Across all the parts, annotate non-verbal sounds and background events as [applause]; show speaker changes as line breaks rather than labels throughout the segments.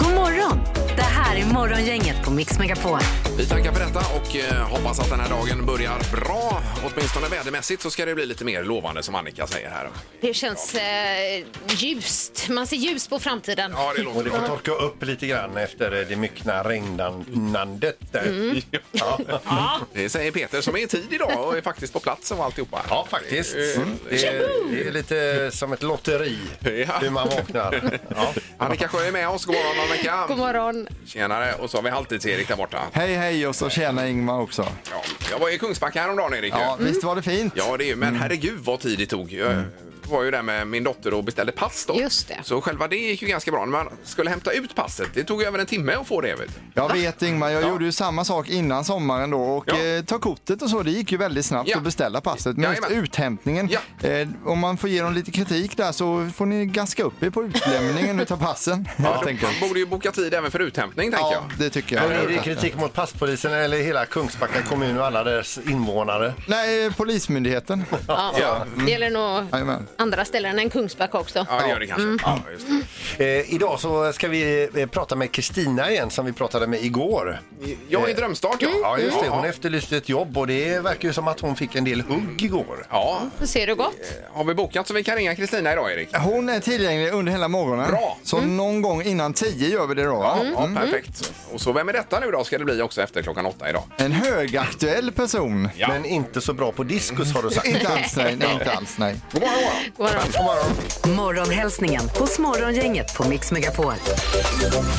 God morgon! Det här är Morgongänget på Mix Megapol.
Vi tackar för detta och eh, hoppas att den här dagen börjar bra. Åtminstone vädermässigt så ska det bli lite mer lovande som Annika säger här.
Det känns eh, ljust. Man ser ljus på framtiden.
Ja, det
Och
låter
det får torka upp lite grann efter eh, det myckna regnandet. där. [laughs] Ja.
Det säger Peter som är i tid idag och är faktiskt på plats och alltihopa.
ja, faktiskt.
Mm.
Det, är, det är lite som ett lotteri
Ja.
hur man
[laughs]
vaknar. Ja.
Annika Sjö är med oss. God morgon Annika!
God morgon.
Tjenare! Och så har vi Halvtids-Erik där borta.
Hej hej och så tjena Ingmar också.
Ja, jag var i Kungsbacka häromdagen Erik.
Ja, visst var det fint?
Ja, det är ju, men herregud vad tid det tog. Jag var ju där med min dotter och beställde pass då.
Just det.
Så själva det gick ju ganska bra. När man skulle hämta ut passet, det tog ju över en timme att få det. Vet. du.
Jag vet Ingmar, jag gjorde ju samma sak innan sommaren då och
Ja.
eh, ta kortet och så, det gick ju väldigt snabbt
Ja.
att beställa passet. Men just
Jajamän.
uthämtningen,
Ja.
eh, om man får ge dem lite kritik där så får ni gaska upp er på utlämningen utav passen helt enkelt.
Man borde ju boka tid även för uthämtning, tänker
Ja,
jag.
det tycker
Men
jag.
är det kritik mot passpolisen eller hela Kungsbacka kommun och alla dess invånare?
Nej, Polismyndigheten.
Ja. Det gäller nog
Jajamän.
andra ställen än Kungsbacka också.
Ja, Mm. det gör det kanske. Ja, just
Eh, idag så ska vi eh, prata med Kristina igen som vi pratade med igår.
det. Jag är drömstart, ja.
Ja, just det. Hon efterlyste ett jobb och det verkar ju som att hon fick en del hugg igår.
Ja,
Så ser det gott.
har vi bokat så vi kan ringa Kristina idag, Erik?
Hon är tillgänglig under hela morgonen.
Bra. Mm.
Så någon gång innan tio gör vi det då. Mm. va?
Ja, perfekt. Och så vem är detta nu då ska det bli också efter klockan åtta idag.
En högaktuell person.
Ja.
Men inte så bra på diskus har du
[laughs]
sagt.
Inte alls nej, nej, inte alls nej.
God morgon, god morgon.
God morgon.
Morgonhälsningen hos Morgongänget på Mix Megapol.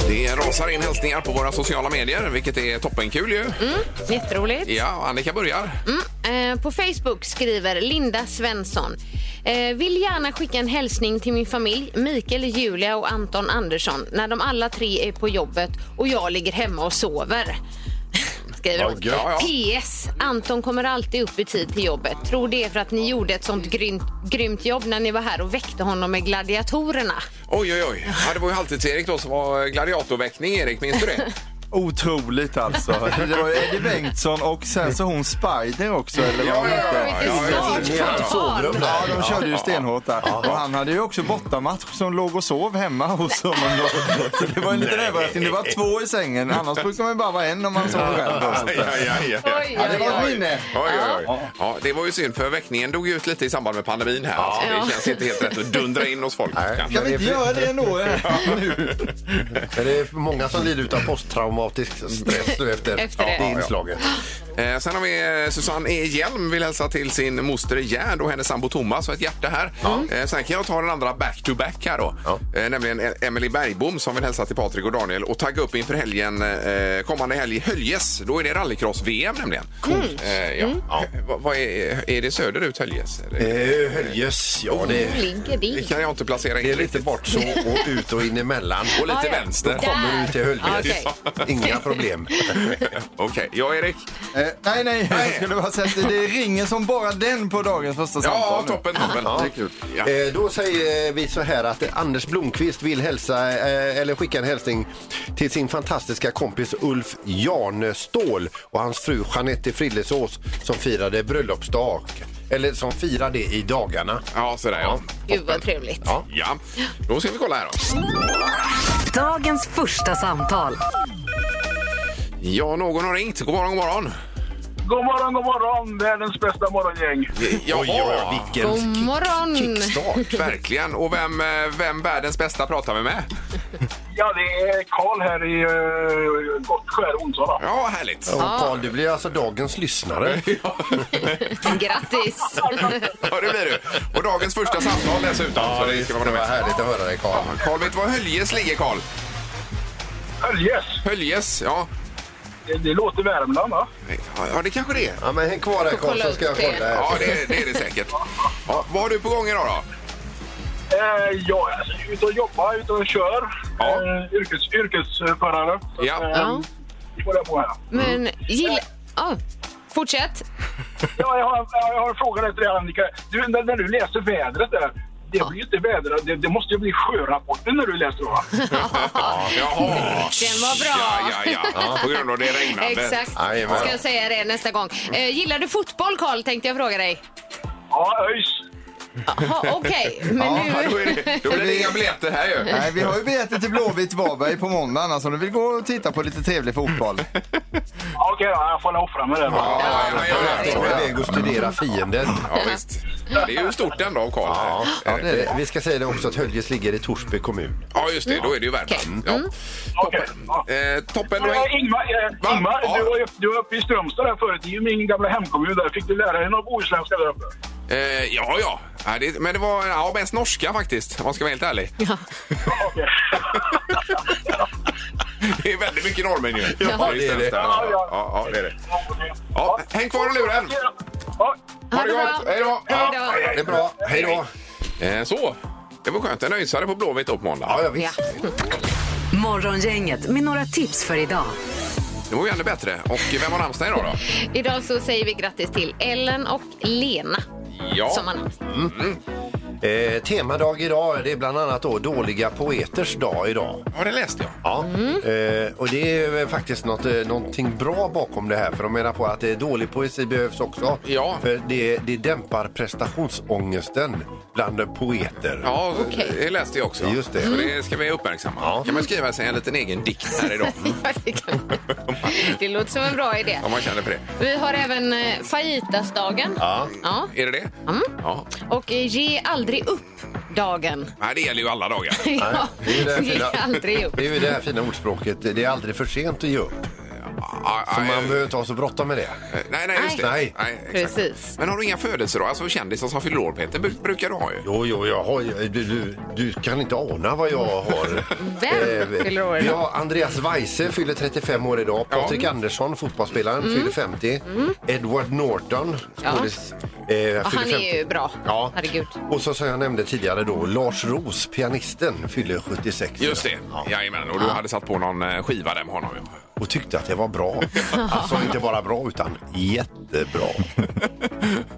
Det rasar in hälsningar på våra sociala medier, vilket är toppenkul ju.
Jätteroligt.
Ja, Annika börjar.
Eh, på Facebook skriver Linda Svensson. Eh, vill gärna skicka en hälsning till min familj, Mikael, Julia och Anton Andersson när de alla tre är på jobbet och jag ligger hemma och sover. [laughs] Skriver hon.
Ja, ja.
PS. Anton kommer alltid upp i tid till jobbet. Tror det är för att ni gjorde ett sånt grymt, grymt jobb när ni var här och väckte honom med gladiatorerna.
Oj, oj, oj. Ja, det var ju Halvtids-Erik då som var gladiatorväckning, Erik. Minns du det?
Otroligt [laughs] alltså. Det var Eddie Bengtsson och sen så hon Spider också. Eller vad hon hette.
vilket
ja, ja,
smart
ja, ja.
fotboll.
Ja, de körde ju stenhårt där. Och han hade ju också bortamatch som låg och sov hemma hos honom. Då. Så det var en liten överraskning. Det var två i sängen. Annars brukar man ju bara vara en om man sover själv. Då, så.
[laughs] ja, ja, ja.
Oj,
Ja, det
oj,
var ett
oj.
minne.
Oj, oj, oj. Ja, det var ju synd, för väckningen dog ut lite i samband med pandemin. här. Alltså,
Ja.
det känns inte helt rätt att dundra in hos folk.
Kan vi inte göra det ändå?
Men Det är många som lider av posttraumatisk stress nu efter,
[laughs] Efter det.
det inslaget.
Eh, sen har vi eh, Susanne E. Hjelm vill hälsa till sin moster Gerd och hennes sambo Thomas och ett hjärta här. Eh, sen kan jag ta den andra back-to-back här då.
Ja.
Eh, nämligen E- Emily Bergbom som vill hälsa till Patrik och Daniel och tagga upp inför helgen, eh, kommande helg i Höljes. Då är det rallycross-VM nämligen. Coolt. Eh, ja. Ja. Vad- vad är, är det söderut Höljes? Eller?
Eh, Höljes, ja
Hur
det,
ligger
Det
det?
kan jag inte placera in
det är lite
riktigt.
[laughs] bort så och ut och in emellan.
Och lite
Ja, ja.
vänster.
Där.
Kommer du till Höljes.
Okej.
Inga problem.
Okej, ja Erik.
Eh, nej, nej. Jag skulle bara säga att det ringer som bara den på dagens första
Ja,
samtal. nu.
toppen, toppen.
Ja.
Det är kul. Ja.
Eh, Då säger vi så här att Anders Blomqvist vill hälsa eh, eller skicka en hälsning till sin fantastiska kompis Ulf Janestål och hans fru Jeanette Frillesås som firade bröllopsdag. Eller som firar det i dagarna.
Ja, sådär ja.
Gud vad trevligt.
Ja. ja. Då ska vi kolla här då.
Dagens första samtal.
Ja, någon har ringt. God morgon, god morgon.
God morgon, god morgon! Världens bästa morgongäng.
Jaha,
Oj, oj, vilken
God morgon!
kickstart.
verkligen. Och vem, eh, vem världens bästa pratar vi med?
Ja, det är Karl här i uh, Gottskär, Onsala.
Ja, härligt.
Och Carl, du blir alltså dagens lyssnare.
[laughs]
Grattis!
Ja, det blir du. Och dagens första samtal dessutom. så det ska vara med.
härligt att höra dig Carl.
Karl, vet du var Höljes ligger, Karl?
Höljes,
Höljes, ja.
det, det låter Värmland va?
Ja, det kanske det är.
Ja, men häng kvar där Carl
kolla
så ska
upp
jag
det.
kolla. här.
Ja, det, det är det säkert. Ja, vad har du på gång idag då?
Eh, jag är alltså, ute och jobbar, ute och kör.
Ja.
Eh, yrkes, yrkesförare.
Ja.
Eh,
Ja.
det får jag på här.
Men gill... Ja, fortsätt.
Ja, jag, har, jag har en fråga där till dig, Annika. Du, när, när du läser vädret där. Det blir ju inte vädret, det, det måste ju bli sjörapporten när du läser det, va?
Ja, jaha.
Den var bra.
Ja, ja, ja. På grund av det regnande.
Exakt.
Jajamän.
Ska jag säga det nästa gång. Eh, gillar du fotboll, Karl, tänkte jag fråga dig.
Ja, öjs.
Jaha,
[laughs]
Okej, men
Ja,
nu... [laughs]
då, är det, då blir det inga biljetter här ju.
Nej, vi har ju biljetter till Blåvitt Varberg på måndag annars om du vill gå och titta på lite trevlig fotboll.
Ja, Okej, då, jag får offra mig där. va?
Ja, ja, ja, ja.
Som är väg att studera fienden.
Ja, visst. Det är ju stort ändå av Karl.
Ja,
Ja.
ja, det är det. Vi ska säga det också att Höljes ligger i Torsby kommun.
just det. Då är det ju Värmland. Ja.
Mm.
Okej, ja.
Toppen. Eh, toppen.
Men, eh, Ingmar,
Va?
eh, Ingmar
Ja.
du, var ju, du var uppe i Strömstad där förut. Det är ju min gamla hemkommun där. Fick du lära dig någon bohuslänska där uppe?
Eh, ja, ja. Ja, det- Men det var ja, mest norska faktiskt, om man ska vara helt ärlig.
Okej.
Det är väldigt mycket norrmän ju.
Ja, det är det.
Ja, ja, ja, det är det. Ja, häng kvar i luren.
Ja,
Ha det gott. Hej då. Ja,
Hej då.
hej, hej.
Det är bra. Hej då.
Eh, Så. Det var skönt. En öjsare på Blåvitt upp måndag.
Ja, ja,
Ja.
visst.
Morgongänget med några tips för idag.
Det var ju ännu bättre. Och vem har namnsdag idag då?
Idag så säger vi grattis till Ellen och Lena.
Ja.
Som man...
Eh, temadag idag, det är bland annat då dåliga poeters dag idag.
Ja, det läste jag.
Ja.
Mm.
Eh, och det är väl faktiskt något, eh, någonting bra bakom det här för de menar på att eh, dålig poesi behövs också.
Ja.
För det, det dämpar prestationsångesten bland poeter.
Ja,
Okej. Mm.
det läste jag också.
Just det.
Så det ska vi uppmärksamma. kan man skriva sig en liten egen dikt
[laughs]
här idag.
[laughs] Ja, det, kan...
[laughs]
det låter som en bra idé.
Om man känner för det.
Vi har även eh, fajitasdagen.
Ja.
Ja.
Är det det?
Mm.
Ja.
Och eh, ge aldrig upp-dagen.
Nej, det gäller ju
[laughs]
alla dagar.
Ja,
det är ju det här
ge
fina-
aldrig upp.
Det är ju det här fina ordspråket, det är aldrig för sent att ge upp.
Ja,
Så man
ja,
behöver inte ha så bråttom med det.
eh, Nej, nej, just det.
Nej.
exakt.
Precis.
Men har du inga födelsedagar, alltså kändisar som fyller år, Peter, bru- brukar du ha ju?
Jo, jo, jag har, ju- du, du, du kan inte ana vad jag har. Eh,
Vem fyller år idag?
Ja, Andreas Weise fyller 35 år idag. Patrik Andersson, fotbollsspelaren, fyller 50. Edward Norton,
Mm. Ja.
skådis, eh,
Ja,
fyller
han
50.
är ju bra.
Ja.
Herregud.
Och så som jag nämnde tidigare då, Lars Roos, pianisten, fyller 76.
Just det.
idag. Ja.
Jajamän, och du hade satt på någon eh, skiva där med honom.
Mm.
ju.
Och tyckte att det
[laughs]
var bra. Alltså inte bara bra, utan jättebra.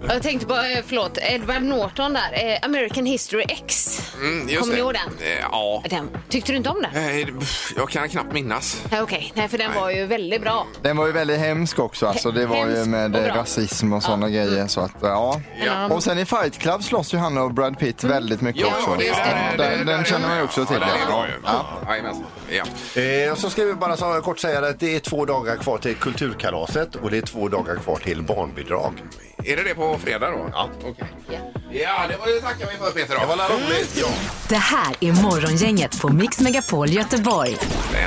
Jag tänkte på, eh, förlåt, Edward Norton där. eh, American History X.
Mm, just
Kommer
det.
ni ihåg den?
Eh, Ja.
den? Tyckte du inte om den? Nej,
Eh, pff, Jag kan knappt minnas.
Okej, nej för den var ju väldigt bra.
Den var ju väldigt hemsk också. Alltså, det var ju
Hemsk
med
och
eh,
bra.
rasism och sådana grejer. Så att, ja.
Ja. Mm.
Och sen i Fight Club slåss ju han och Brad Pitt väldigt mycket
Ja,
också.
det är
Ja,
där, det är
den,
där,
den känner man ju också till.
Ja, den är bra ju. Jajamensan. Ja.
Eh, så ska vi bara så kort säga att det är två dagar kvar till Kulturkalaset och det är två dagar kvar till barnbidrag.
Är det det på fredag då? Ja. Okej.
Ja.
Ja, det var det tackar vi för Peter. Det var roligt. Ja.
Det här är Morgongänget på Mix Megapol Göteborg.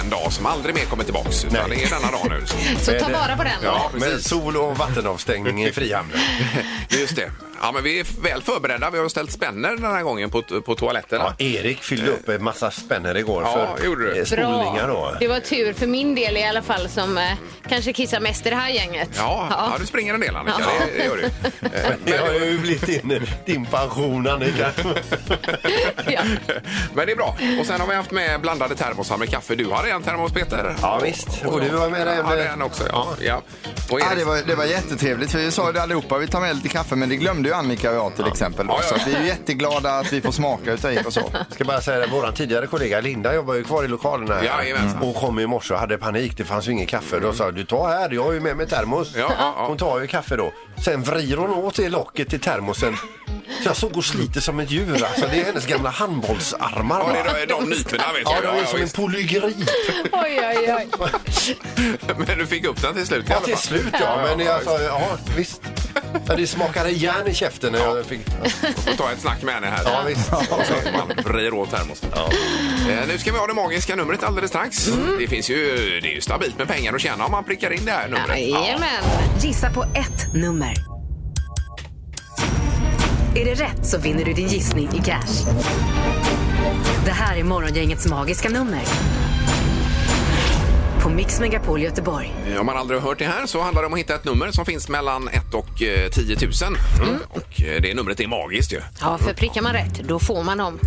En dag som aldrig mer kommer tillbaks. Utan det är denna dag
[laughs]
nu.
Så ta vara på den.
Ja,
Eh, Med
precis.
sol och vattenavstängning
[laughs]
i Frihamnen.
Just det. Ja, men vi är väl förberedda. Vi har ställt spänner den här gången på, på toaletten.
Ja, Erik fyllde upp en massa spänner igår
Ja,
för
gjorde du.
eh, spolningar då.
Det var tur för min del i alla fall som eh, kanske kissar mest i det här gänget. [laughs]
Ja, ja. du springer en del Annika.
Ja.
Det, det
[laughs]
gör du. Eh,
Men Det har ju blivit din, din pension Annika.
Ja.
Men det är bra. Och sen har vi haft med blandade termosar med kaffe. Du har en termos Peter.
Ja, visst. Och du har med dig
Jag
en-
hade en också. Ja. ja. Och
Ja,
Erik-
det, var, det var jättetrevligt. För vi sa ju det allihopa, vi tar med lite kaffe, men det glömde ju Annika och jag till exempel.
Ja, ja.
Så att vi är ju jätteglada att vi får smaka utav er och
[laughs]
så.
Jag ska bara säga att vår tidigare kollega Linda jobbar ju kvar i lokalerna här.
Jajamensan.
Hon kom i morse och hade panik. Det fanns ju ingen kaffe. Då sa jag, du tar här, jag har ju med mig termos.
Ja, ja, ja.
Hon tar ju kaffe då. Sen vrider hon åt det locket till termosen. Så jag såg och sliter som ett djur. Alltså, det är hennes gamla handbollsarmar.
Ja,
va?
det är de, de nyporna vet
Ja,
jag.
det
Ja,
är
ja,
som en
visst. [laughs]
polygrip.
[laughs] Oj, oj, oj.
Men du fick upp den till slut i
Ja,
alla
till
fall.
slut ja. Men
ja,
jag sa, ja visst. Ja, det smakade järn i käften när jag fick...
Får ta ett snack med henne här.
Ja, visst.
Och så att man vrider åt termosen. Eh, nu ska vi ha det magiska numret alldeles strax. Det finns ju, det är ju stabilt med pengar att tjäna om man prickar in det här numret.
Jajamän.
Gissa på ett nummer. Är det rätt så vinner du din gissning i cash. Det här är Morgongängets magiska nummer. På Mix Megapol Göteborg.
Eh, Om man aldrig har hört det här så handlar det om att hitta ett nummer som finns mellan 1 och eh, 10 000. Och eh, det numret är magiskt ju.
Ja, för prickar man rätt, då får man om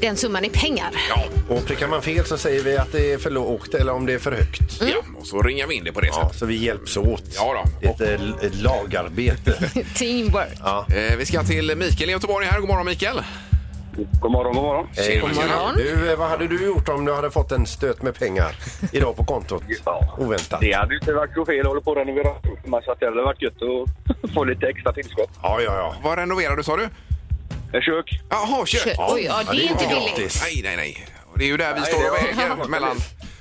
den summan i pengar. [laughs]
Ja,
Och prickar man fel så säger vi att det är för lågt eller om det är för högt.
ja och så ringar vi in det på det
Ja,
sättet.
så vi hjälps åt.
Ja då.
Det är ett eh, lagarbete.
Teamwork.
Eh, Vi ska till Mikael i Göteborg här. God morgon Mikael!
God morgon, god morgon.
Eh,
God
morgon.
[laughs] Du, eh, vad hade du gjort om du hade fått en stöt med pengar idag på kontot?
Ja.
Oväntat.
Det hade ju inte varit så fel. Jag håller på att renovera hemma så att det hade varit gött att [laughs] få lite extra tillskott.
Ja, ja, ja.
Vad renoverar du sa du?
Ett kök.
Jaha, Eh, kök!
Kö- Oj, ja, det är inte
Ja.
billigt.
Nej, nej, nej. Och Det är ju där vi står och väger mellan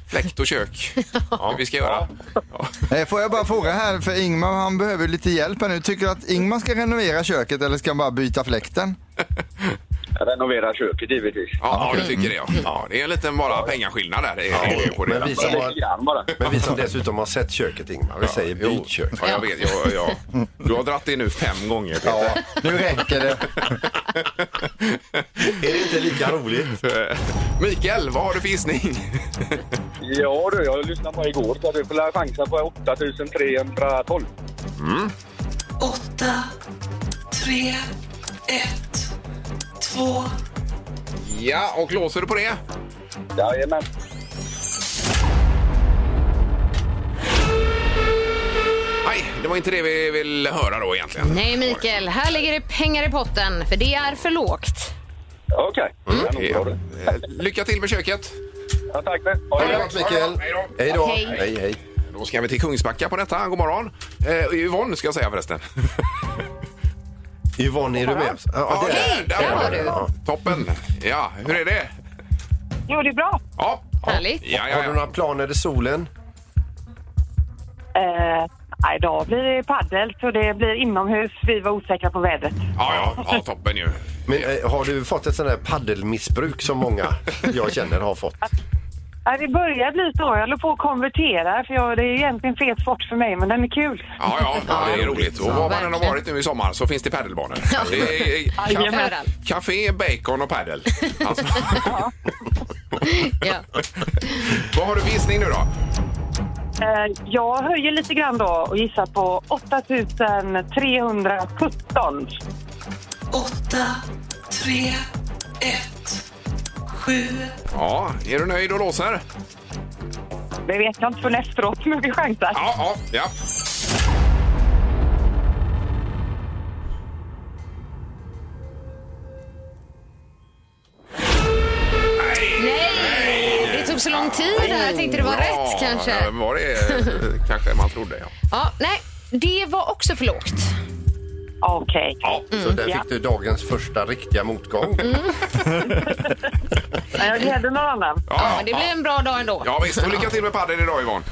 fläkt
[laughs]
och kök. Hur vi ska göra.
Eh, Får jag bara fråga här, för Ingmar han behöver lite hjälp här nu. Tycker du att Ingmar ska renovera köket eller ska han bara byta fläkten?
Renovera köket givetvis.
Ja, ja, du tycker det ja.
Mm.
ja. Det är en liten bara pengaskillnad där. Det är- det är ju på det.
Men vi, som
Ja,
har,
Lite grann bara.
men vi som dessutom har sett köket, Ingmar, vi säger byt kök.
Ja, jag vet. Jag, jag, du har dratt det nu fem gånger Peter.
Ja, nu räcker det.
Är det inte lika roligt?
Eh, [laughs] Mikael, vad har du för [laughs] gissning?
Ja du, jag lyssnade bara igår så du får lära chansa på 8312.
8, 3, 1, 2.
Ja, och låser du på det?
Jajamän.
Nej, det var inte det vi ville höra då egentligen.
Nej, Mikael, här ligger det pengar i potten, för det är för lågt.
Okej.
Okej. Eh, Lycka till med köket.
Ja, tack men.
Ha det gott, Mikael.
Hej då.
Hej då.
Hej.
Hej, hej.
Då ska vi till Kungsbacka på detta. God morgon. Eh, Yvonne ska jag säga förresten.
Yvonne, är du med? Ja,
Ja,
det är-
där, var
du.
Ja, Toppen. Ja, hur är det?
Jo, det är bra.
Ja.
Härligt.
Ja,
Har du
ja,
några planer i solen?
Eh, nej, idag blir det paddel, så det blir inomhus. Vi var osäkra på vädret.
ja, ja, ja toppen ju.
Men, eh, har du fått ett sånt där paddelmissbruk som
[laughs]
många jag känner har fått?
Nej, det börjar bli så. Jag håller på att konvertera, för jag, det är egentligen fel sport för mig, men den är kul.
Ja, ja, det är roligt. Och var man än har
verkligen.
varit nu i sommar så finns det padelbanor. Det är
Jajamän.
kaffe, kafé, bacon och padel. Alltså.
[laughs] Ja.
Vad har du för gissning nu då?
Eh, jag höjer lite grann då och gissar på 8317.
8, 3, 1, 7.
Ja, är du nöjd och låser?
Det vet jag inte förrän efteråt, men vi chansar.
Ja, ja, ja.
Nej, det tog så lång tid. där. Jag tänkte det var
Ja,
rätt kanske.
ja, Var det eh, kanske man trodde? Ja.
Ja, nej, det var också för lågt.
Okej.
Ja,
Mm.
så där
Ja.
fick du dagens första riktiga motgång.
Men Jag gläder någon annan.
Ja, det blir en bra dag ändå.
Ja, visst. Och lycka till med padel idag, Yvonne.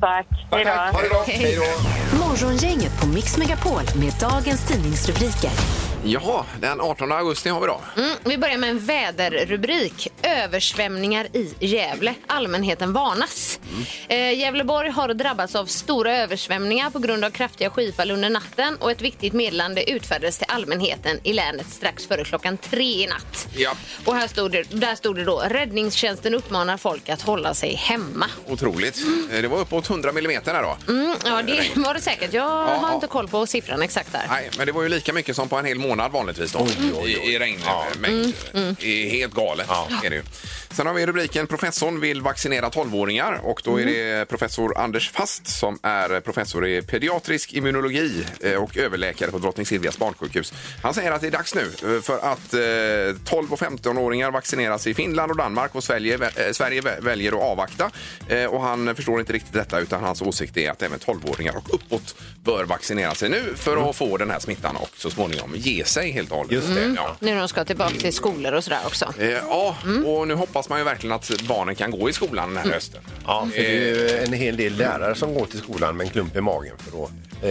Tack. Hej då.
Ha det bra.
Hej.
Hej då.
Morgongänget på Mix Megapol med dagens tidningsrubriker.
Jaha, den 18 augusti har vi då.
Mm, vi börjar med en väderrubrik. Översvämningar i Gävle. Allmänheten varnas. Eh, Gävleborg har drabbats av stora översvämningar på grund av kraftiga skyfall under natten och ett viktigt meddelande utfärdades till allmänheten i länet strax före klockan tre i natt.
Ja.
Och här stod det, där stod det då räddningstjänsten uppmanar folk att hålla sig hemma.
Otroligt. Eh, Det var uppåt 100 millimeter här då.
Mm, ja, det var det säkert. Jag har
ja.
inte koll på siffran exakt där.
Nej, men det var ju lika mycket som på en hel månad vanligtvis då. I, i regnmängd. Mm, Det är helt galet. Är det ju. Sen har vi rubriken Professorn vill vaccinera 12-åringar och då är det professor Anders Fast som är professor i pediatrisk immunologi eh, och överläkare på Drottning Silvias barnsjukhus. Han säger att det är dags nu eh, för att eh, 12 och 15-åringar vaccineras i Finland och Danmark och Sverige, eh, Sverige vä- väljer att avvakta. Eh, Och han förstår inte riktigt detta utan hans åsikt är att även 12-åringar och uppåt bör vaccinera sig nu
Mm.
för att få den här smittan och så småningom ge sig helt och hållet. Just det. Ja.
Nu när de ska tillbaka till skolor och sådär också.
Eh, Ja,
Mm.
och nu hoppas man ju verkligen att barnen kan gå i skolan den här hösten.
Ja, för det är ju en hel del lärare som går till skolan med en klump i magen för att eh,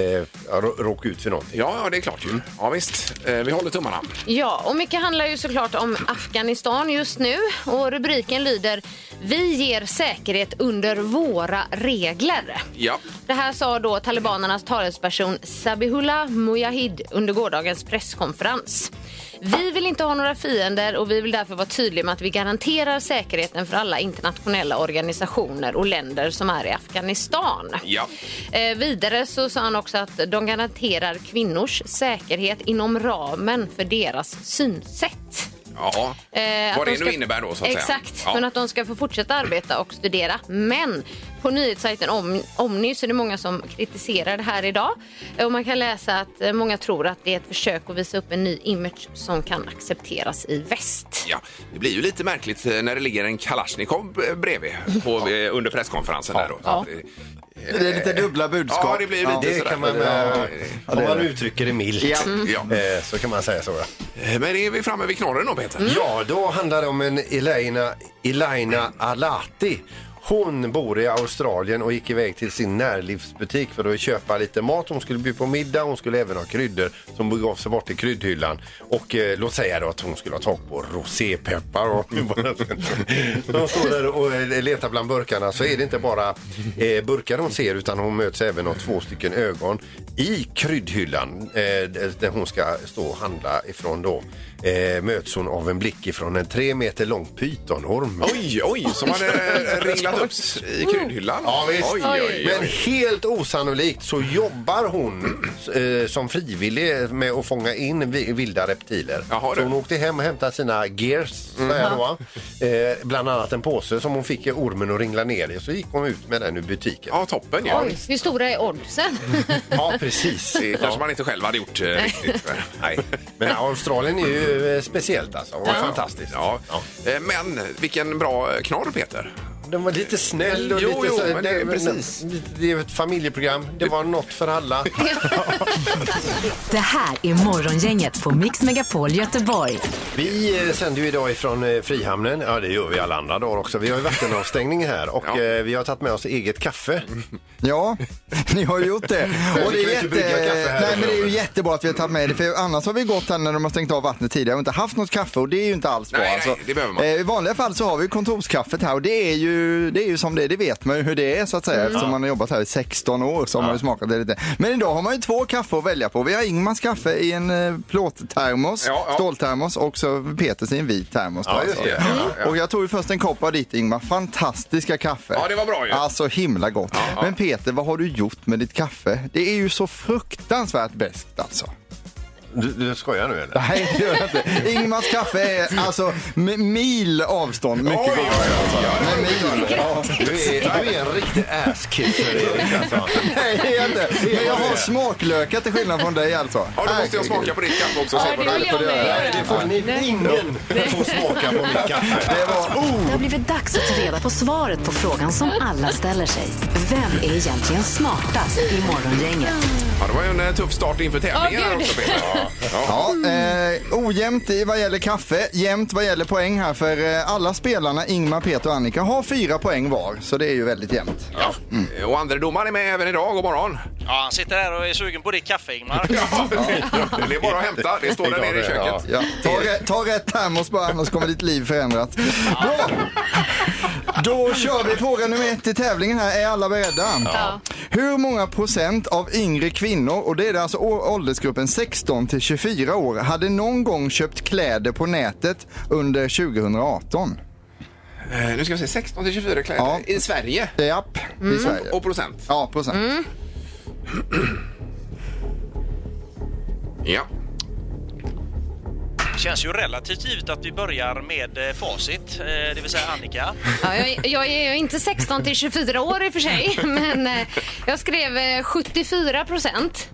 rå- råka ut för någonting.
Ja, ja, det är klart ju.
Mm.
Ja, visst. Eh, Vi håller tummarna.
Ja, och mycket handlar ju såklart om Afghanistan just nu. Och rubriken lyder Vi ger säkerhet under våra regler.
Ja.
Det här sa då talibanernas talesperson Sabihullah Mujahid under gårdagens presskonferens. Vi vill inte ha några fiender och vi vill därför vara tydliga med att vi garanterar säkerheten för alla internationella organisationer och och länder som är i Afghanistan.
Ja.
Eh, vidare så sa han också att de garanterar kvinnors säkerhet inom ramen för deras synsätt.
Ja.
Eh,
Vad
att de
det nu innebär då, så att säga.
Exakt,
Ja.
men att de ska få fortsätta arbeta och studera. Men på nyhetssajten Om- Omni så är det många som kritiserar det här idag. Eh, Och man kan läsa att eh, många tror att det är ett försök att visa upp en ny image som kan accepteras i väst.
Ja, det blir ju lite märkligt eh, när det ligger en Kalashnikov eh, bredvid på, eh, under presskonferensen. Där då. Så att, eh,
Det är lite dubbla budskap.
Ja, det blir ju lite
Det
sådär.
kan man,
Ja.
eh, om man uttrycker det milt,
Ja.
Ja.
eh, så kan man säga så. Ja.
Eh, Men är vi framme vid knorren då, Peter?
Ja, då handlar det om en Elaina, Elaina Alati. Hon bor i Australien och gick iväg till sin närlivsbutik för att köpa lite mat. Hon skulle bjuda på middag, hon skulle även ha kryddor som begav sig bort till kryddhyllan. Och eh, låt säga då att hon skulle ha tag på rosépeppar. Och [laughs] hon står där och eh, letar bland burkarna så är det inte bara eh, burkar hon ser utan hon möts även av två stycken ögon i kryddhyllan eh, där hon ska stå och handla ifrån då eh, möts hon av en blick ifrån en tre meter lång pytonorm.
Oj, oj, som hade eh, ringlat upp i kryddhyllan.
Ja, visst.
Oj, oj, oj.
Men helt osannolikt så jobbar hon eh, som frivillig med att fånga in vi- vilda reptiler.
Jaha,
så
du. Mm.
hon åkte hem och hämtade sina gears, så här då, va? eh, bland annat en påse som hon fick ormen att ringla ner i. Så gick hon ut med den ur butiken.
Ja, toppen ja.
Oj, hur stora är
[laughs]
oddsen? [laughs]
[laughs] Ja, precis.
Det kanske man inte själv hade gjort eh, riktigt. men- Nej.
Men Australien är ju eh, speciellt alltså. Och fantastiskt.
Ja. Eh, Men vilken bra eh, knorr, Peter.
Den var lite snäll och
Jo,
lite
jo,
så,
men det- precis.
det, det är ett familjeprogram. Det var något
[laughs]
för alla.
Det här är Morgongänget på Mix Megapol Göteborg.
Vi eh, sänder ju idag ifrån eh, Frihamnen. Ja, det gör vi alla andra dagar också. Vi har ju vattenavstängning här och
Ja.
eh, vi har tagit med oss eget kaffe.
Ja, [laughs] ni har ju gjort det. Och det,
Vi
är
kan inte brygga kaffe
jätte...
här
Nej, men det är ju
överallt.
jättebra att vi har tagit med det. För annars har vi gått här när de har stängt av vattnet tidigare och inte haft något kaffe och det är ju inte alls bra.
Nej, nej,
alltså.
det behöver man.
Eh, I vanliga fall så har vi kontorskaffet här och det är ju, det är ju som det är. Det vet man ju hur det är så att
Mm.
säga. Eftersom man har jobbat här i 16 år så har man ju smakat det lite. Men idag har man ju två kaffe att välja på. Vi har Ingmars kaffe i en eh, plåttermos,
Ja, ja.
ståltermos och så Peters i en vit termos. då,
Ja, just det.
alltså.
Ja, ja.
Och jag tog ju först en kopp av ditt Ingmar. Fantastiska kaffe.
Ja, det var bra ju.
Alltså, så himla gott. Men Peter, vad har du gjort med ditt kaffe? Det är ju så fruktansvärt bäst alltså.
Du, du skojar nu eller?
Nej, det gör jag inte. Ingmars kaffe är alltså med mil avstånd mycket
Oj, oj,
gott.
oj, oj.
Med mil. Ja.
Du är, du är en riktig ass-kisser Erik alltså.
Nej, det är jag inte. Men jag har smaklökar till skillnad från dig alltså.
Ja, då måste jag smaka på ditt kaffe också. och se
Ja,
på
det vill jag med
Nej, det
göra.
får ni, ingen får smaka på mitt kaffe.
Det var... Oh!
Det har blivit dags att ta reda på svaret på frågan som alla ställer sig. Vem är egentligen smartast i Morgongänget?
Ja, det var ju en eh, tuff start inför tävlingen
Ja,
här
gud.
också, Peter. Ja. Ja.
Ja, eh, ojämnt i vad gäller kaffe, jämnt vad gäller poäng här för eh, alla spelarna Ingmar, Peter och Annika har fyra poäng var. Så det är ju väldigt jämnt.
Ja.
Mm.
Och andre domaren är med även idag. God morgon!
Ja, han sitter här och är sugen på ditt kaffe,
[laughs]
Ingmar.
Det är bara att hämta. Det står där nere i köket.
Ja, ta, rä- ta rätt termos bara, annars kommer ditt liv förändrat. Bra! Då kör vi fråga nummer ett i tävlingen här. Är alla beredda? Hur många procent av yngre kvinnor, och det är alltså å- åldersgruppen 16 till 24 år, hade någon gång köpt kläder på nätet under 2018?
Eh, Nu ska vi se, 16 till 24 kläder
Ja.
i Sverige.
Det är app i Sverige.
Och procent.
Ja, procent.
Ja.
Det känns ju relativt givet att vi börjar med eh, facit, eh, det vill säga Annika.
Ja, jag, jag är ju inte 16 till 24 år i och för sig, [laughs] men eh, jag skrev eh, 74 procent.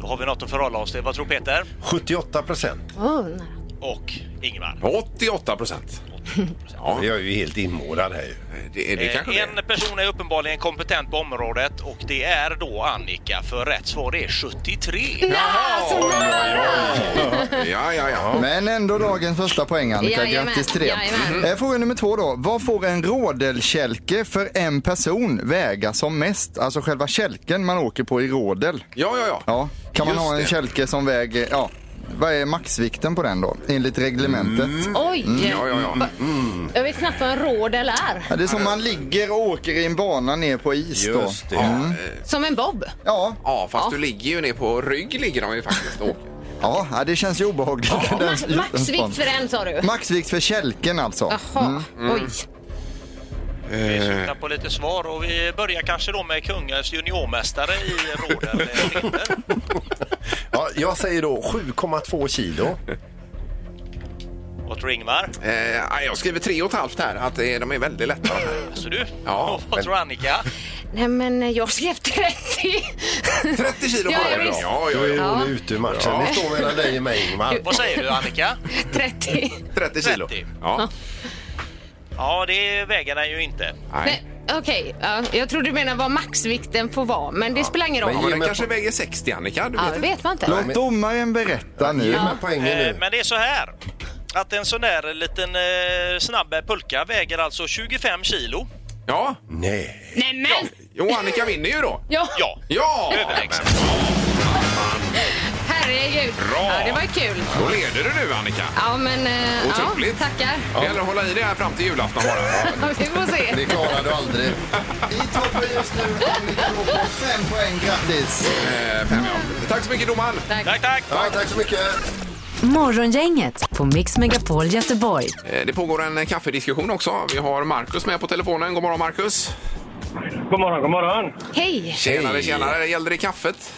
Då har vi något att förhålla oss till. Vad tror Peter?
78 procent.
Oh, nej.
Och Ingmar.
88 procent. Ja,
Jag är ju helt inmålad här ju.
det, det
Eh,
kanske det
En
är.
person är uppenbarligen kompetent på området och det är då Annika, för rätt svar är 73.
Ja, så nära!
Ja, ja, ja.
Men ändå dagens första poäng Annika,
Jajamän,
grattis till det.
jajamän.
Eh, Fråga nummer två då. Vad får en rådelkälke för en person väga som mest? Alltså själva kälken man åker på i rådel.
Ja, ja, ja.
Ja, kan man
Just
ha en
det.
kälke som väger, ja, vad är maxvikten på den då? Enligt reglementet.
Oj!
Mm, Ja, ja,
Mm.
ja.
Jag vet knappt vad en rådel är.
Ja, det är som man ligger och åker i en bana ner på is då. Mm.
Just det.
Som en bob.
Ja,
Ja, fast du ligger ju ner på rygg ligger de ju faktiskt och åker.
ja, ja, det känns ju obehagligt. [laughs] Den-
Ma-
den
Maxvikt
spaningen.
för en sa du?
Mm.
Mm.
Maxvikt för kälken alltså.
Jaha, oj.
Vi är
Eh.
sugna på lite svar och vi börjar kanske då med kungens juniormästare i råden. eh, Peter.
Ja, jag säger då 7,2 kilo.
Vad tror Ingmar?
Eh, nej, jag skriver tre och ett halvt här, att eh, de är
[laughs]
väldigt lätta.
Alltså du?
Ja,
[laughs] Vad tror Annika?
Nej, men eh, jag skrev [laughs] 30.
30 kilo
Ja,
på
ja,
dig
visst.
Ja, ja,
Då är
ja.
hon ute ur matchen.
Ja.
Det står mellan dig och mig, Ingmar.
Vad säger du Annika?
30.
30 kilo.
30.
Ja.
Ja, det väger den ju inte.
Nej.
Nej, Okej, ja, jag tror du menar vad maxvikten får vara, men det spelar ingen roll.
Ja, men
Men ge
den
mig
kanske väger 60, Annika. Du
Ja,
vet
det
inte.
vet man inte.
Låt domaren berätta nu.
Ge mig poängen
Eh,
nu.
Men det är så här att en sån där liten eh, snabb pulka väger alltså 25 kilo.
Ja.
Nej.
Nej, men!
Jo, Annika vinner ju då.
Ja,
Ja,
Ja!
Överlägset.
herregud.
Bra.
Ja, det var kul.
Då leder du nu, Annika.
Ja, men... eh, ja,
Otroligt.
tackar. [laughs]
Det gäller att hålla i det här fram till julafton bara.
Ja, vi får
Det
se.
klarar du aldrig.
I toppen just nu har ni två på fem poäng. Grattis!
Eh, fem, ja. Tack så mycket, domaren.
Tack, tack!
Ja, tack så mycket.
Morgongänget på Mix Megapol Göteborg.
Eh, Det pågår en eh, kaffediskussion också. Vi har Markus med på telefonen. God morgon, Markus.
God morgon, god morgon.
Hej!
Tjenare, tjenare. Gällde det kaffet?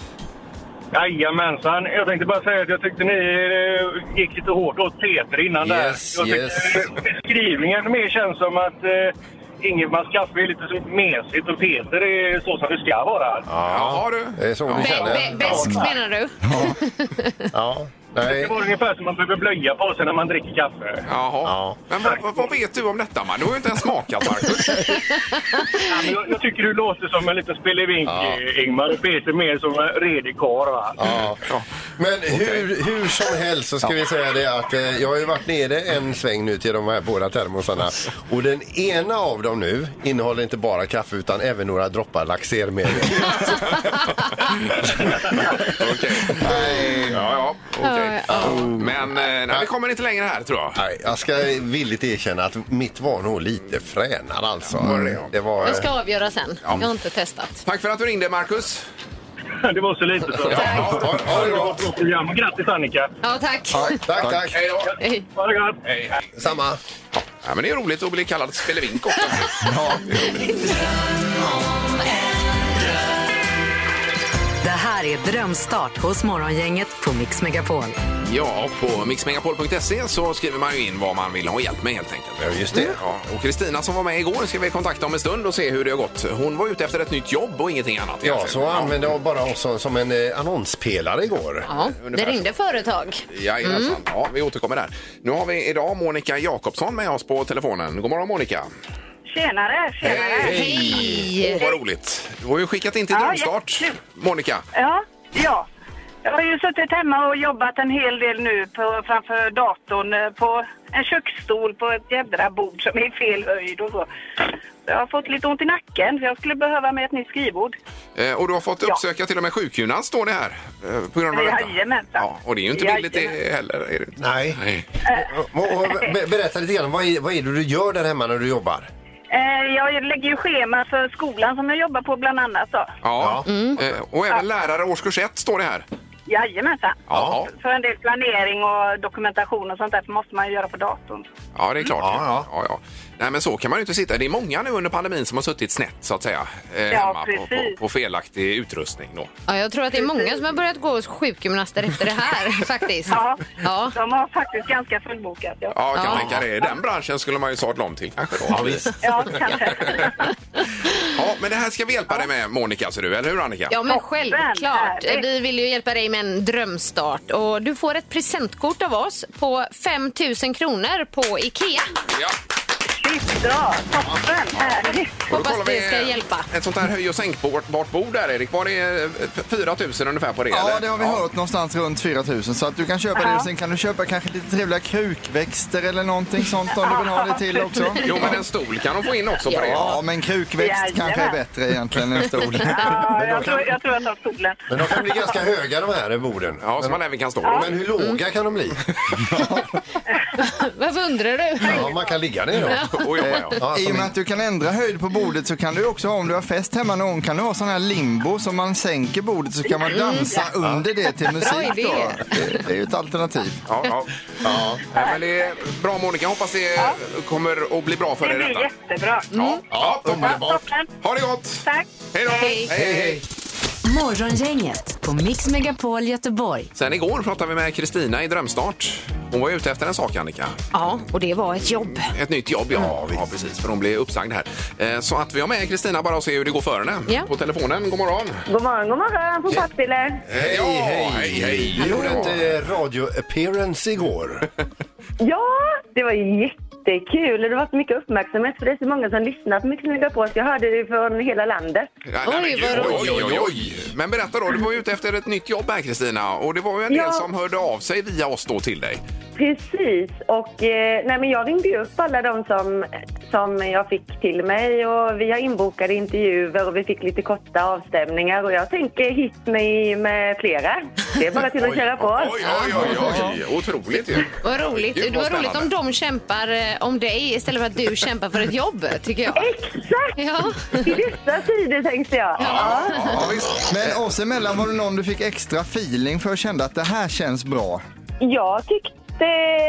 Jajamensan. Jag tänkte bara säga att jag tyckte ni eh, gick lite hårt åt Peter innan
Yes,
där. Jag tyckte
yes.
Beskrivningen mer känns som att eh, Ingemars kaffe är lite så mesigt och Peter är så som det ska vara.
Ja, du.
Det är så vi
Be-
känner.
be- Bäst menar du?
Ja.
Det
Nej.
var ungefär som man behöver blöja på sig när man dricker
Mm.
kaffe.
Jaha.
Ja.
Men vad, vad- vad vet du om detta, man? Du har ju inte ens smakat, Markus.
Ja, men jag, jag tycker du låter som en liten spelevink, eh, Ingmar. Och Peter mer som en redig karl, va?
Ja. Men hur, hur som helst så ska vi säga det att eh, jag har ju varit nere en sväng nu till de här båda termosarna och den ena av dem nu innehåller inte bara kaffe utan även några droppar laxermedel.
Okej. Ja, ja. Okej. Men eh, nej, vi kommer inte längre här, tror jag.
Nej, jag ska villigt erkänna att mitt var nog lite fränare alltså. Det var...
Jag ska avgöra sen. Jag har inte testat.
Tack för att du ringde, Markus.
[laughs] Det var så lite så.
Ja, ja, ja, det var-
Bra program. Grattis, Annika!
Ja, tack. [laughs]
Tack, tack, tack.
Hej då.
Hej.
Ha det gott!
Samma.
Ja, men det är roligt att bli kallad spelevink också.
Det här är drömstart hos Morgongänget på Mix Megapol.
Ja, och på mixmegapol.se så skriver man ju in vad man vill ha hjälp med helt enkelt. Ja, just det. Ja, och Kristina som var med igår ska vi kontakta om en stund och se hur det har gått. Hon var ute efter ett nytt jobb och ingenting annat.
Ja,
egentligen.
så använde jag bara oss som- som en eh, annonspelare igår.
Ja, det ringde företag.
Jajamensan.
Mm.
Ja, vi återkommer där. Nu har vi idag Monica Jakobsson med oss på telefonen. God morgon Monica!
Tjenare, tjenare.
Hej!
Åh, vad roligt! Du har ju skickat in till
Ja,
drömstart,
jättekul. Eh.
Monica.
Ja, ja. Jag har ju suttit hemma och jobbat en hel del nu på, framför datorn eh, på en köksstol på ett jädra bord som är i fel höjd och så. Jag har fått lite ont i nacken så jag skulle behöva med ett nytt skrivbord.
Eh, och du har fått
Ja.
uppsöka till och med sjukgymnast står det här. Eh, på grund av detta.
Jajamensan.
Ja, och det är ju inte billigt det
Jajamensan. Eh.
heller. Är det? inte?
Nej. Och, och, be- berätta lite grann, vad är, vad är det du gör där hemma när du jobbar?
Eh, jag lägger ju schema för skolan som jag jobbar på bland annat då.
Ja.
Mm.
Eh, och även lärare årskurs 1 står det här.
Jajamensan.
Ja.
För en del planering och dokumentation och sånt där måste man ju göra på datorn.
Ja, det är klart.
Mm. Ja,
ja. ja. Nej, men så kan man ju inte sitta. Det är många nu under pandemin som har suttit snett så att säga. eh,
Ja,
på, på,
precis.
på felaktig utrustning då.
Ja, jag tror att det är många som har börjat gå hos sjukgymnaster efter det [laughs] här faktiskt.
Ja,
Ja.
de har faktiskt ganska fullbokat. Ja,
Ja, jag kan
Ja.
tänka det. Den branschen skulle man ju sadla om till kanske då. Ja,
ja [laughs] kanske.
ja, men det här ska vi hjälpa dig med Monica, ser du, eller hur Annika?
Ja, men
Toppen,
självklart.
härligt.
Vi vill ju hjälpa dig med en drömstart. Och du får ett presentkort av oss på 5 000 kronor på Ikea.
Ja.
Shit, bra. Toppen. Härligt.
Och då
Hoppas
kollar
det
vi,
ska
eh,
hjälpa.
Ett sånt här höj och sänkbart bart bord där Erik, var det eh, f- 4 000 ungefär på det?
Ja,
eller?
det har vi hört någonstans runt 4000 så att du kan köpa det och sen kan du köpa kanske lite trevliga krukväxter eller någonting sånt om du vill ha det till också.
Jo, men en stol kan de få in också på det.
Ja, men krukväxt
Jajamän.
kanske är bättre egentligen än stol.
Ja, jag, tror, jag tror jag tar stolen.
Men de kan bli ganska höga de här borden.
Ja, som man även kan stå ja.
Men hur låga kan de bli?
Varför undrar du?
Ja, man kan ligga ner då.
Oj, oj, oj.
Ja,
I och
som
med
en-
att du kan ändra höjd på bordet så kan du också ha, om du har fest hemma någon gång, kan du ha sån här limbo som man sänker bordet så kan man dansa under det till musik
idé.
då. Det, det är ju ett alternativ.
Ja, ja. ja. Nej, men det är bra Monica, hoppas det kommer att bli bra för
Det
dig
blir
detta.
jättebra.
Mm.
Ja, ja underbart.
Toppen.
Ha det gott!
Tack.
Hej då!
Hej.
hej, hej.
Morgongänget på Mix Megapol Göteborg.
Sen igår pratade vi med Kristina i Drömstart. Hon var ute efter en sak, Annika.
Ja, och det var ett jobb.
Ett nytt jobb, ja. ja precis, för hon blev uppsagd här. Eh, Så att vi har med Kristina bara och ser hur det går för henne.
Ja.
På telefonen, god morgon.
God morgon, god morgon på Partille.
Hej, ja, hej, hej.
Vi gjorde ett eh, radio-appearance igår.
Ja, det var ju jättekul. Det var så mycket uppmärksamhet för det är så många som lyssnar på Mix Megapol. så Jag hörde det från hela landet.
Ja,
Oj,
men
vad
gud,
roligt.
oj, oj, oj. Men berätta då, du var ju ute efter ett nytt jobb här Kristina och det var ju en del
Ja.
som hörde av sig via oss då till dig.
Precis. Och, eh, nej, men jag ringde ju upp alla de som, som jag fick till mig och vi har inbokade intervjuer och vi fick lite korta avstämningar och jag tänker hit mig med flera. Det är bara till att köra på.
Oj, oj, oj, oj. Otroligt ju.
Vad roligt.
Gud,
Det var roligt
spännande.
om de kämpar eh, om dig istället för att du kämpar för ett jobb, tycker jag.
Exakt!
Ja.
I dessa tider tänkte jag.
Ja, ja, visst.
Men oss emellan var det någon du fick extra feeling för och kände att det här känns bra.
Jag tyckte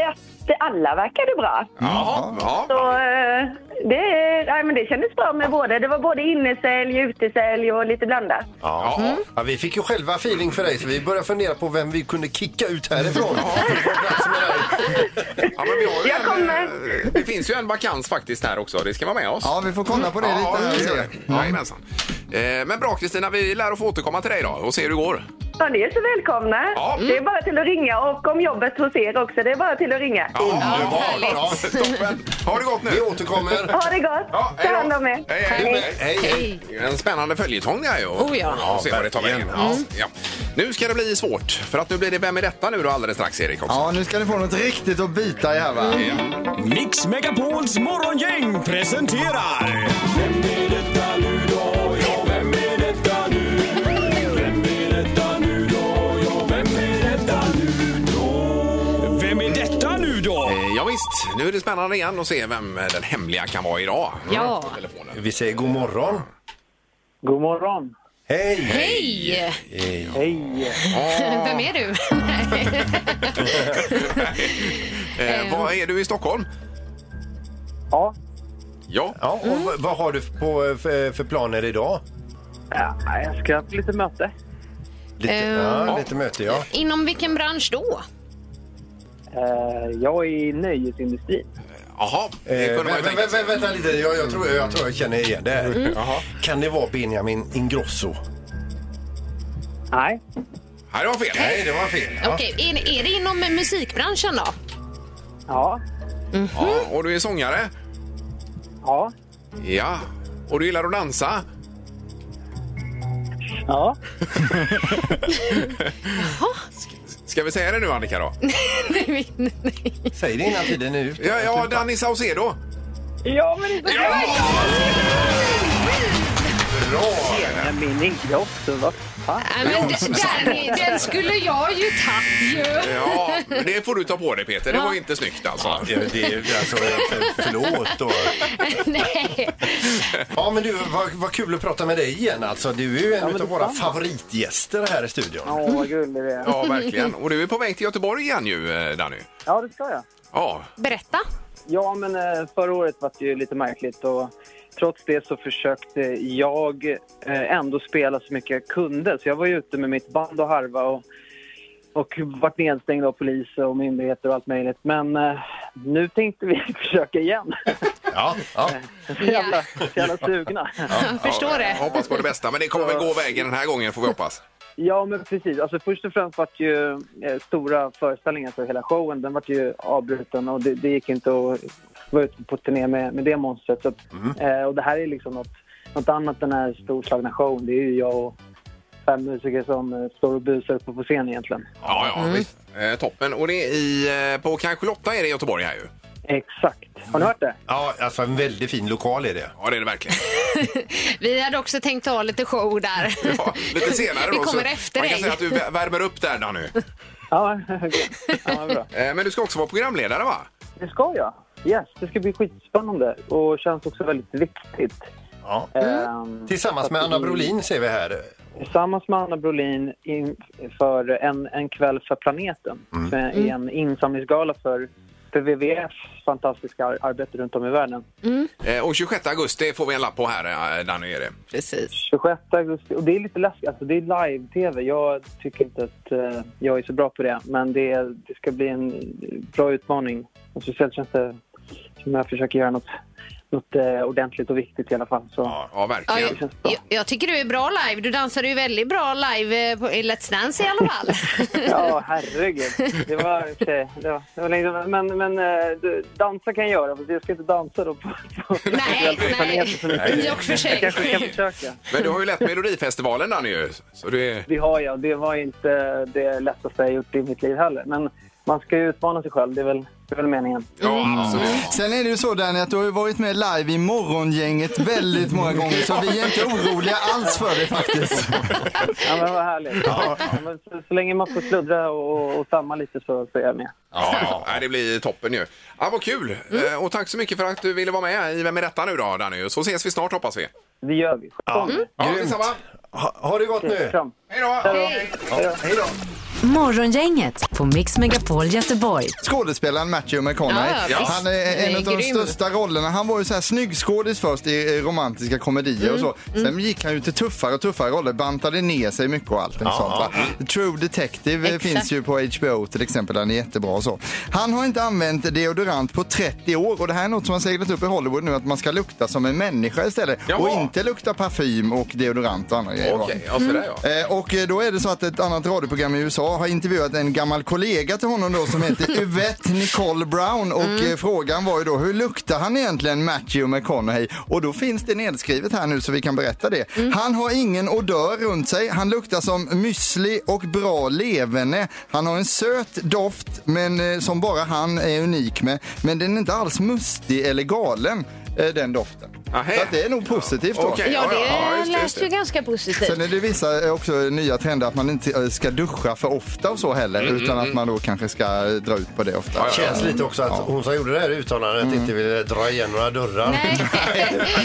att alla verkade bra.
Jaha,
Så,
ja.
eh, det, nej, men det kändes bra med både. Det var både innesälj, utesälj och lite blandat.
Ja.
Mm.
ja, vi fick ju själva feeling för dig så vi började fundera på vem vi kunde kicka ut härifrån. För att få plats med dig.
Ja, men vi har ju
Jag kommer.
en, eh, det finns ju en vakans faktiskt här också, det ska vara med oss.
Ja, vi får kolla på det lite här och
vi
se.
gör det. Jajamensan. Eh, Men bra Kristina, vi lär att få återkomma till dig då och se hur det går.
Ja, ni är så välkomna.
Ja.
Det är bara till att ringa. Och om jobbet hos er också, det är bara till att ringa.
Underbart! Ja, toppen! Ha det gott nu!
Vi återkommer.
Ha det gott!
Ja, hej
Ta
då.
hand om er.
Hej, hej, hej, hej, hej. Det är En spännande följetong det här ju.
Oh, ja.
ja se vad det tar vägen. Ja. Ja. Nu ska det bli svårt, för att nu blir det Vem är detta nu då alldeles strax, Erik? Också.
Ja, nu ska ni få något riktigt att bita i här va.
Mm.
Mix Megapols morgongäng presenterar... Vem är detta nu då? Ja, vem är detta nu? Vem är detta nu då? Ja, vem är detta nu då? Vem är detta nu då?
Eh, Ja, visst, nu är det spännande igen att se vem den hemliga kan vara idag.
Ja.
På telefonen.
Vi säger god morgon.
God morgon.
Hej!
Hej!
Hej.
Vem är du? [laughs]
Eh, vad är du i Stockholm?
Ehm. Ja.
Ja.
Ja, och v- vad har du på, eh, för, för planer idag?
ja, jag ska på lite möte.
Lite,
Ehm.
Eh, ja, lite möte, ja.
Inom vilken bransch då?
Eh, Jag är i nöjesindustrin.
Jaha, det
Eh,
kunde man ju
vä-
tänka
vä-
sig.
vä- vänta lite, jag, jag, tror, jag tror jag känner igen det här. Mm. Kan det vara Benjamin Ingrosso?
Nej,
Nej, det var fel.
Nej, det var fel. Ja.
Okej, är, är det inom musikbranschen då?
ja,
Ja,
Mm.
och du är sångare?
ja,
Ja. Och du gillar att dansa? [laughs]
ja.
Ska vi säga det nu, Annika? då?
Nej, nej.
Säg det innan tiden är ute.
Ja, ja Danny Saucedo.
Ja, men inte
Ja! Bra!
ja. min inkropp, så vad fan.
Nej, men d- den, den skulle jag ju tagit ju. [laughs]
Ja, men det får du ta på dig Peter. Det var inte snyggt alltså.
[laughs] Det, det, alltså, för- förlåt då.
Nej.
Ja, men du, vad, vad kul att prata med dig igen. Alltså, du är ju en
men
av våra
detsamma.
favoritgäster här i studion.
Åh, vad gullig det är.
Ja, verkligen. Och du är på väg till Göteborg igen ju, eh, Danny.
Ja, det ska jag.
Ja,
Berätta.
Ja, men eh, förra året var det ju lite märkligt och trots det så försökte jag eh, ändå spela så mycket jag kunde. Så jag var ju ute med mitt band och harva och, och vart nedstängd av polis och myndigheter och allt möjligt. Men eh, nu tänkte vi försöka igen.
Ja, ja.
Så jävla, så jävla sugna.
Jag förstår
jag
det.
hoppas på det bästa. Men det kommer väl gå vägen den här gången får vi hoppas.
Ja, men precis. Alltså, först och främst var det ju eh, stora föreställningar för hela showen. Den var ju avbruten och det, det gick inte att vara ute på turné med, med det monstret. Så, att,
Mm.
eh, och det här är liksom något, något annat, den här storslagna showen. Det är ju jag och fem musiker som eh, står och busar uppe på scen egentligen.
Ja, ja, visst. Eh, toppen. Och det är i, eh, på kanske Lotta är det i Göteborg här ju.
Exakt. Har ni hört det?
ja, alltså en väldigt fin lokal är det.
Ja, det är det verkligen.
Vi hade också tänkt ha lite show där.
Ja, lite senare då.
Vi
så
kommer efter
Man kan
dig.
säga att du vä- värmer upp där Danny.
[laughs] Ja, okej. ja, vad bra.
Eh, men du ska också vara programledare va?
Det ska jag. Yes, det ska bli skitspännande och känns också väldigt viktigt.
Ja. Mm.
Ehm, så
Tillsammans
att
med Anna
vi-
Brolin ser vi här.
Tillsammans med Anna Brolin inför en, en kväll för planeten.
Mm.
Som är en insamlingsgala för, för WWFs fantastiska ar- arbete runt om i världen.
Eh, Och 26 augusti får vi en lapp på här, eh, Danny. Är det.
Precis. 26 augusti. Och det är lite läskigt. Alltså, det är live-tv. Jag tycker inte att eh, jag är så bra på det. Men det, är- det ska bli en bra utmaning. Och speciellt känns det som jag försöker göra något, något eh, ordentligt och viktigt i alla fall. Så.
Ja, verkligen.
Jag, jag tycker du är bra live. Du dansade ju väldigt bra live eh, på, i Let's Dance i alla fall.
[laughs] Ja, herregud. Det var, okay. det var, det var länge, sedan. men men eh, du, dansa kan jag göra, fast jag ska inte dansa då på, på nej,
nej. I
Jag
och för sig.
kanske kan försöka.
Men du har ju lett Melodifestivalen, Danny. ju. Så det är...
Det har jag. Det var inte det lättaste jag gjort i mitt liv heller. Men man ska ju utmana sig själv, det är väl, det är väl meningen.
Sen är det ju så Danny att du har ju varit med live i Morgongänget väldigt många gånger så vi är inte oroliga alls för dig faktiskt.
Ja, men vad härligt. Ja. men så, så länge man får sluddra och, och, och samma lite så, så är jag med.
Ja, [laughs] ja, ja, det blir toppen ju. Ja, vad kul!
Mm.
Eh, Och tack så mycket för att du ville vara med i Vem är detta nu då, Danny? Så ses vi snart hoppas vi.
Det gör vi.
Ja, ja
Grymt.
detsamma.
Ha, ha det gott nu!
Hej då!
Ja, hej då!
Morgongänget på Mix Megapol Göteborg.
Skådespelaren Matthew McConaughey.
Ja, visst.
Han är
Den
en
är
av de
grym.
största rollerna. Han var ju så här snyggskådis först i eh, romantiska komedier och så.
Mm,
Sen gick han ju till tuffare och tuffare roller, bantade ner sig mycket och allt
Ja,
sånt. Va? True Detective eh,
Exakt.
finns ju på HBO till exempel, den är jättebra och så. Han har inte använt deodorant på 30 år och det här är något som har seglat upp i Hollywood nu att man ska lukta som en människa istället
Jaha.
och inte lukta parfym och deodorant och andra grejer. va?
Okej, ja, så där, ja.
Eh, Och eh, då är det så att ett annat radioprogram i USA har intervjuat en gammal kollega till honom då som heter Yvette Nicole Brown och eh, frågan var ju då hur luktar han egentligen Matthew McConaughey? Och då finns det nedskrivet här nu så vi kan berätta det. Han har ingen odör runt sig, han luktar som müsli och bra leverne. Han har en söt doft men eh, som bara han är unik med. Men den är inte alls mustig eller galen, eh, den doften. Så att det är nog positivt då.
ja, det lät ju ganska
Sen
positivt.
är det vissa eh, också nya trender att man inte eh, ska duscha för ofta och så heller
Mm,
utan
mm,
att man då kanske ska eh, dra ut på det ofta.
Det känns lite också att hon som gjorde det här uttalandet inte ville dra igen några dörrar.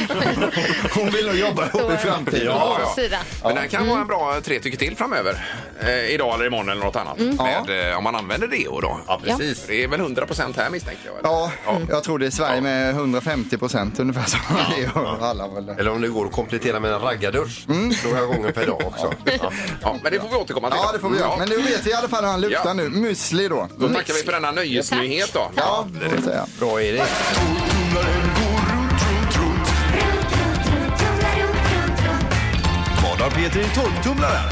[laughs]
hon vill nog jobba ihop i framtiden.
Ja, ja.
Sida.
Men det här kan vara en bra eh, tre tycker till framöver. Eh, idag eller imorgon eller något annat.
Mm.
Med, eh, om man använder deo då. Ja,
precis.
Det är väl 100% här misstänker jag. eller?
Ja, jag tror det är Sverige med 150 procent ungefär som det är. alla väl.
Eller om det går att komplettera med en raggardusch några gånger per dag också. Ja.
men det får vi återkomma till.
Ja, det får vi göra. Men nu vet vi i alla fall hur han luktar
Ja.
nu. Müsli då.
Då tackar vi för denna nöjesnyhet då.
Mm. Ja, det får jag säga.
Bra Erik.
Vad har Peter i tolvtumlaren?